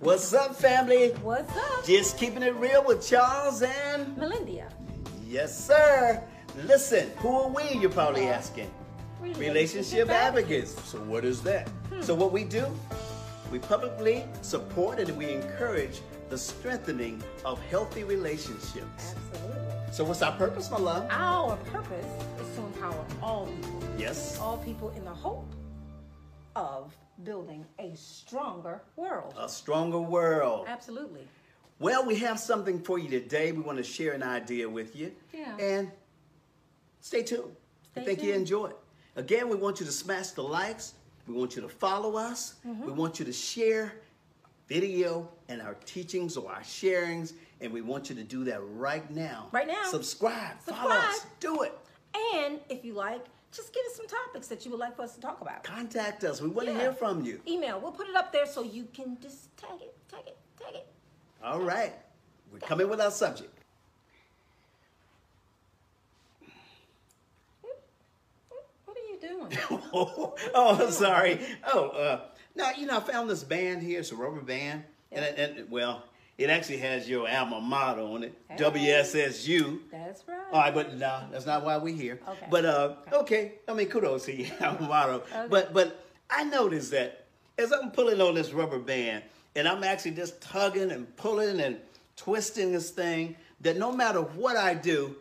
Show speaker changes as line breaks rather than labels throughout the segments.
What's up, family?
What's up?
Just keeping it real with Charles and.
Melindia.
Yes, sir. Listen, who are we, you're probably asking? Relationship advocates. So, what is that? So, what we do, we publicly support and we encourage the strengthening of healthy relationships.
Absolutely.
So, what's our purpose, my love?
Our purpose is to empower all people,
Yes.
all people in the hope of building a stronger world.
A stronger world.
Absolutely.
Well, we have something for you today. We want to share an idea with you.
Yeah.
And stay tuned. I
Stay
think you
tuned.
enjoy it. Again, we want you to smash the likes. We want you to follow us.
Mm-hmm.
We want you to share video and our teachings or our sharings. And we want you to do that right now.
Right now.
Subscribe. Follow us.
Subscribe.
Do it.
And if you like, just give us some topics that you would like for us to talk about.
Contact us. We want to
Yeah.
hear from you.
Email. We'll put it up there so you can just tag it, tag it, tag it.
All right. We're coming with our subject.
What are you doing?
oh, oh, sorry. Oh, uh, no, you know, I found this band here. It's a rubber band. And, and, well, it actually has your alma mater on it,
Hey.
WSSU.
That's right.
All right, but no, that's not why we're here.
Okay.
But uh, okay, I mean, kudos to you, alma mater. But but I noticed that as I'm pulling on this rubber band, and I'm actually just tugging and pulling and twisting this thing, that no matter what I do,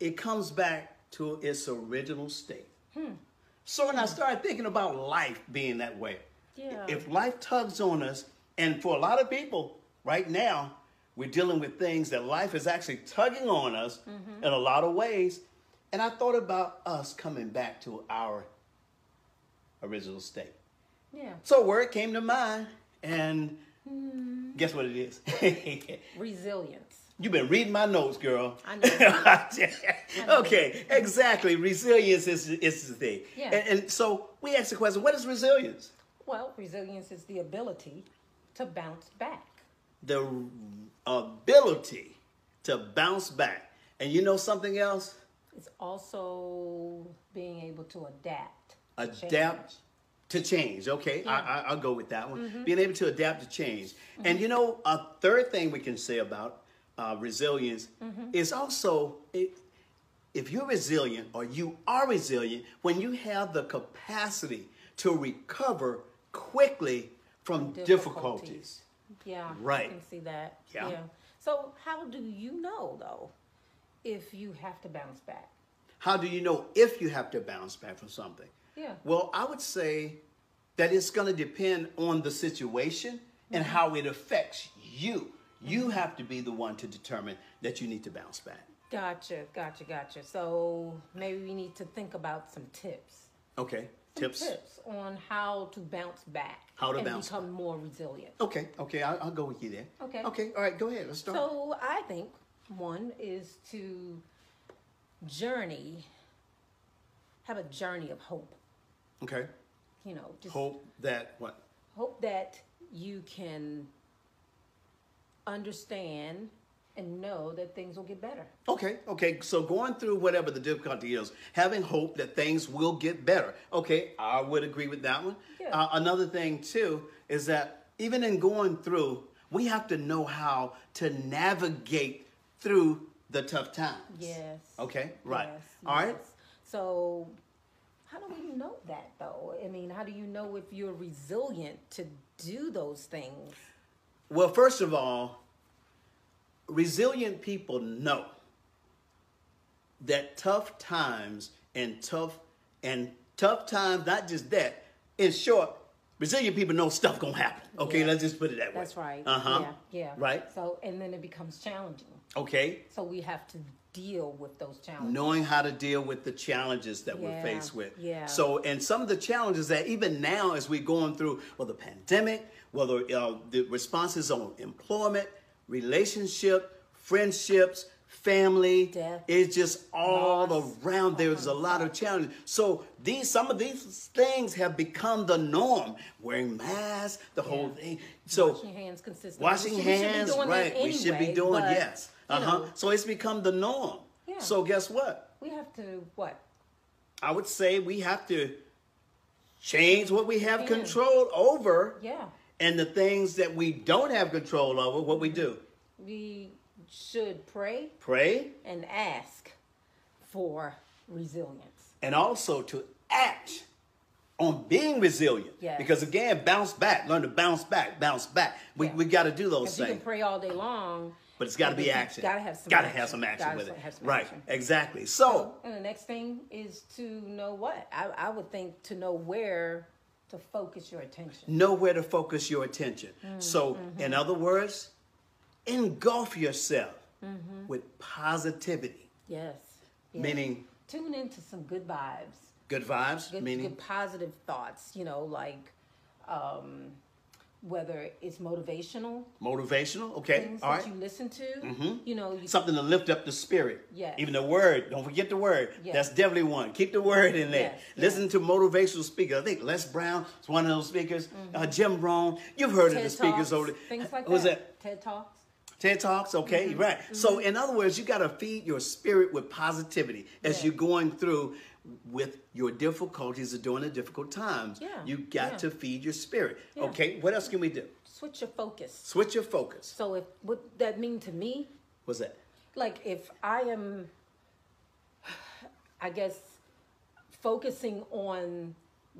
it comes back to its original state. So when I started thinking about life being that way,
Yeah.
if life tugs on us, and for a lot of people right now, we're dealing with things that life is actually tugging on us in a lot of ways. And I thought about us coming back to our original state.
Yeah.
So a word came to mind, and guess what it is?
Resilience.
You've been reading my notes, girl.
I know. know.
okay, exactly. Resilience is, is the thing.
Yeah.
And, and so we asked the question what is resilience?
Well, resilience is the ability to bounce back.
the ability to bounce back. And you know something else?
It's also being able to adapt. to change.
Adapt to change. Okay, I, I, I'll go with that one. Being able to adapt to change. And you know, a third thing we can say about uh, resilience is also it, if you're resilient or you are resilient, when you have the capacity to recover quickly from difficulties.
Yeah.
Right.
I can see that.
Yeah.
So, how do you know, though, if you have to bounce back?
How do you know if you have to bounce back from something?
Yeah.
Well, I would say that it's going to depend on the situation and
Mm-hmm.
how it affects you. You have to be the one to determine that you need to bounce back.
Gotcha, gotcha, gotcha. So, maybe we need to think about some tips.
Okay.
Some
Tips.
Tips on how to bounce back.
How to
and
bounce
become more resilient.
Okay. Okay. I'll, I'll go with you there.
Okay.
Okay. All right. Go ahead. Let's start.
So I think one is to journey, have a journey of hope.
okay.
You know, just hope,
Hope that what?
that you can understand and know that things will get better.
Okay, okay. So going through whatever the difficulty is, having hope that things will get better. Okay, I would agree with that one.
Yeah.
Uh, another thing too is that even in going through, we have to know how to navigate through the tough times.
Yes.
Okay. Right.
Yes,
All right.
yes. So how do we know that though? I mean, how do you know if you're resilient to do those things?
Well, first of all, resilient people know that tough times and tough and tough times, not just that. In short, resilient people know stuff gonna happen. Okay,
Yeah.
let's just put it that way.
That's right.
Uh huh.
Yeah. Yeah.
Right.
So and then it becomes challenging.
Okay.
So we have to deal with those challenges.
Knowing how to deal with the challenges that we're
Yeah,
faced with.
yeah.
So, and some of the challenges that even now, as we're going through, well, the pandemic, whether uh, the responses on employment, relationship, friendships, family,
Death.
it's just all
Loss. Uh-huh.
around. There's a lot of challenges. So these, some of these things have become the norm. Wearing masks, the whole
Yeah.
thing. So
Washing hands consistently.
Washing
We should- we should be
hands,
doing that
right? we should be
anyway,
doing
but,
yes.
you
Uh huh.
know,
So it's become the norm.
Yeah.
So guess what?
we have to what?
I would say we have to change what we have
Yeah.
control over
Yeah.
And the things that we don't have control over, what we do?
We should pray
Pray
and ask for resilience.
and also to act on being resilient.
Yes.
Because again, bounce back, learn to bounce back, bounce back. We,
Yeah.
we got to do those
Because you can
things.
pray all day long,
But it's got to
but
be
you
action.
gotta have some
Gotta
action.
have some action
Gotta
with
some-
it.
have some
right.
action.
Exactly. So,
and the next thing is to know what I, I would think to know where to focus your attention.
know where to focus your attention.
Mm-hmm,
So, in other words, engulf yourself
Mm-hmm.
with positivity,
Yes. yes.
meaning
tune into some good vibes.
good vibes,
good,
meaning
good positive thoughts you know like um whether it's motivational
motivational. Okay.
things
Eh, All right. Mm-hmm.
that you listen to you know you,
Something to lift up the spirit.
Yes.
Even the word. Don't forget the word.
Yes.
That's definitely one. Keep the word in there.
Yes,
Listen to motivational speakers. I think Les Brown is one of those speakers. Uh, Jim Rohn. You've heard of
Mm-hmm. TED
the speakers
Talks,
over there.
things like
Who's that?
that. Mm-hmm. ted talks
TED Talks, okay, right. So, in other words, you got to feed your spirit with positivity as
Yeah.
you're going through with your difficulties or during the difficult times.
Yeah,
You got
yeah.
to feed your spirit.
Yeah.
Okay, what else can we do?
switch your focus
Switch your focus.
so if what that mean to me
What's that?
like if i am i guess focusing on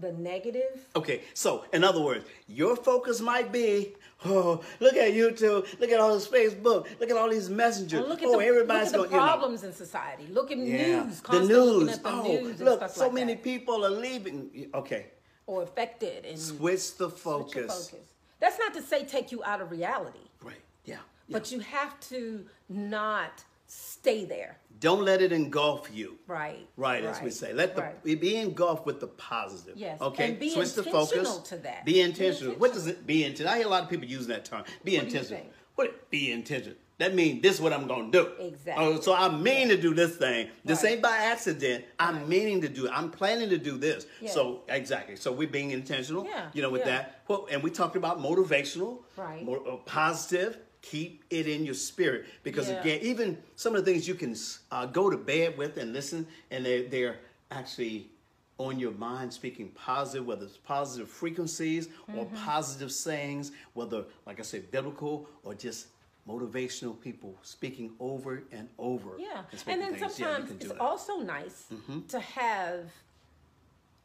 the negative
Okay, so in other words, your focus might be, oh, look at YouTube, look at all this Facebook, look at all these messengers.
And look at
oh,
the,
everybody's
look
going,
at the
you know,
problems in society. Look at
yeah,
news.
the
Constantly Looking
news.
at the
Oh,
news and
look,
stuff
so
like
many
that.
people are leaving. Okay,
or affected and
switch the
Put your
focus.
focus. That's not to say take you out of reality,
Right. Yeah. yeah.
but you have to not stay there,
Don't let it engulf you.
right?
Right, as we say. Let the
right.
be engulfed with the positive.
Yes,
Okay.
and be
Switch the
intentional
focus.
to that.
Be
Be
intentional. What does it be intentional? I hear a lot of people using that term. Be
What do you
intentional.
think?
What be intentional? That means this is what I'm gonna do.
Exactly.
Oh, so I mean to do this thing. This
Right.
ain't by accident. I'm meaning to do it. I'm planning to do this.
Yes.
So exactly. So we're being intentional.
Yeah,
You know, with
yeah.
that. Well, and we talked about motivational.
Right.
More, uh, positive. Keep it in your spirit because
Yeah.
again, even some of the things you can uh, go to bed with and listen, and they're, they're actually on your mind speaking positive, whether it's positive frequencies or
Mm-hmm.
positive sayings, whether, like I said, biblical or just motivational people speaking over and over.
Yeah,
speaking
and then
things. Yeah, you
sometimes
can do Mm-hmm.
it's
that.
also nice to have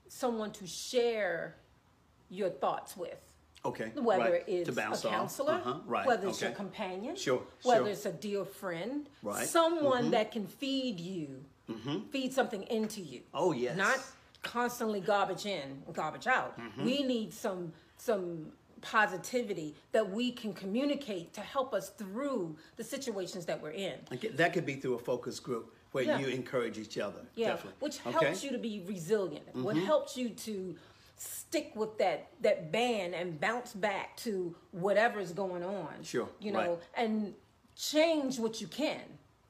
someone to share your thoughts with.
okay,
Whether
right,
it's
to bounce
a
off.
counselor,
Uh-huh, right,
whether it's
okay.
your companion,
Sure,
whether
sure.
it's a dear friend,
Right. Mm-hmm.
someone that can feed you, feed something into you.
Oh, yes.
not constantly garbage in, garbage out.
Mm-hmm.
We need some some positivity that we can communicate to help us through the situations that we're in.
Okay, That could be through a focus group where
Yeah.
you encourage each other.
Yeah,
definitely.
which
Okay? Mm-hmm.
helps you to be resilient. What helps you to stick with that that band and bounce back to whatever's going on.
Sure,
you know,
right.
and change what you can.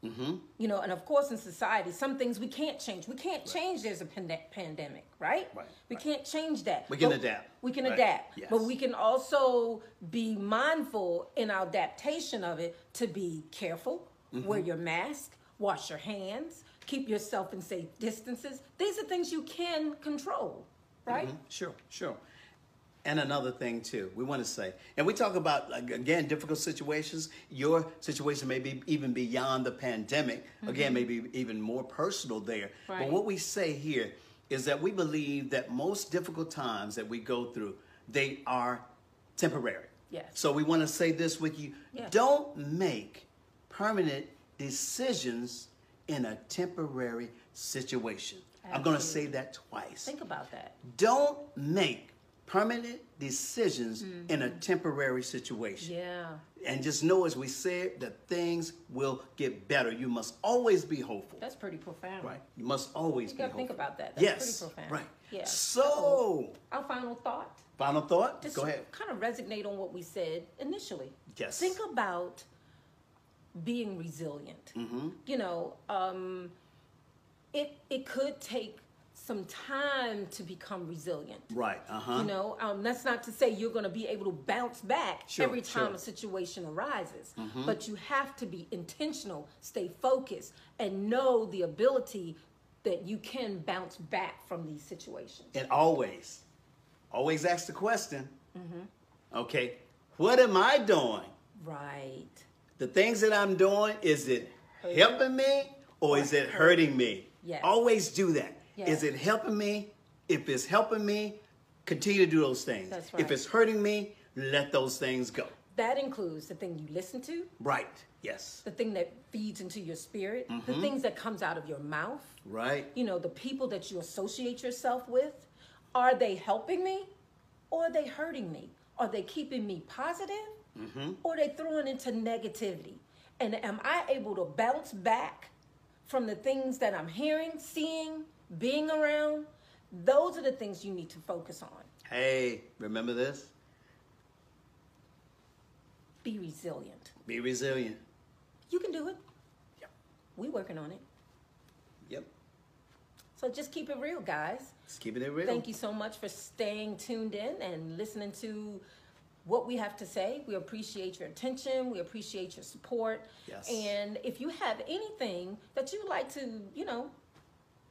Mm-hmm.
You know, and of course, in society, some things we can't change. We can't change. There's a pande- pandemic, right?
Right,
We
right.
can't change that.
We can
But
adapt,
We can
right,
adapt,
yes.
but we can also be mindful in our adaptation of it to be careful, wear
Mm-hmm.
your mask, wash your hands, keep yourself in safe distances. These are things you can control, right?
Sure, sure. And another thing too, we want to say, and we talk about like, again difficult situations. Your situation may be even beyond the pandemic. Again, maybe even more personal there. But
Mm-hmm. Right.
what we say here is that we believe that most difficult times that we go through, they are temporary.
Yes.
So we want to say this with you:
Yeah.
don't make permanent decisions in a temporary situation. I'm going to say that twice
Think about that.
don't make permanent decisions in a temporary situation.
Mm. Yeah.
And just know, as we said, that things will get better. You must always be hopeful.
That's pretty profound.
right. You must always
You
be
gotta
hopeful.
think about that. That's
yes.
pretty profound.
Right.
Yeah.
So,
Our final thought.
final thought.
Just
Go ahead.
Kind of resonate on what we said initially.
Yes.
Think about being resilient.
Mm-hmm.
You know, um, it it could take some time to become resilient.
Right. Uh huh.
You know, um, that's not to say you're going to be able to bounce back
Sure,
every time
sure. Mm-hmm.
a situation arises, but you have to be intentional, stay focused, and know the ability that you can bounce back from these situations.
and always, always ask the question:
Mm-hmm.
Okay. What am I doing?
Right.
The things that I'm doing, is it helping me or is it hurting me?
Yes.
Always do that.
Yes.
Is it helping me? If it's helping me, continue to do those things.
That's
If
right.
it's hurting me, let those things go.
That includes the thing you listen to,
Right. Yes.
the thing that feeds into your spirit, the things that comes out of your mouth.
Right.
You know, the people that you associate yourself with, are they helping me or are they hurting me? Are they keeping me positive or are they throwing into negativity? And am I able to bounce back from the things that I'm hearing, seeing, being around? Those are the things you need to focus on.
Hey, remember this?
Be resilient.
Be resilient.
You can do it.
Yep.
We working on it.
Yep.
So just keep it real, guys.
Just keeping it real.
Thank you so much for staying tuned in and listening to what we have to say. We appreciate your attention. We appreciate your support.
Yes.
And if you have anything that you would like to, you know,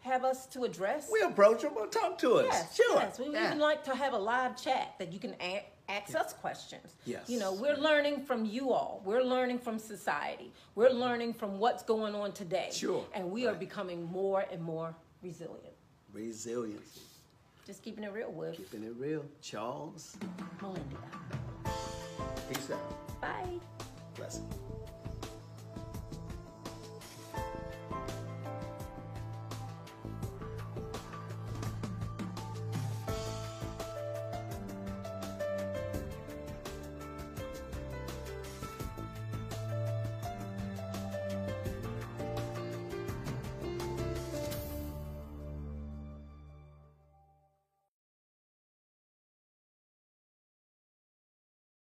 have us to address,
We're approachable. Talk to us.
yes,
sure.
yes. We would
Yeah.
even like to have a live chat that you can a- ask us questions.
Yes.
You know, we're learning from you all. We're learning from society. We're learning from what's going on today.
Sure.
And we are
Right.
becoming more and more resilient.
Resiliency.
Just keeping it real with
Keeping it real. Charles.
Melinda.
Peace out.
Bye.
Blessings.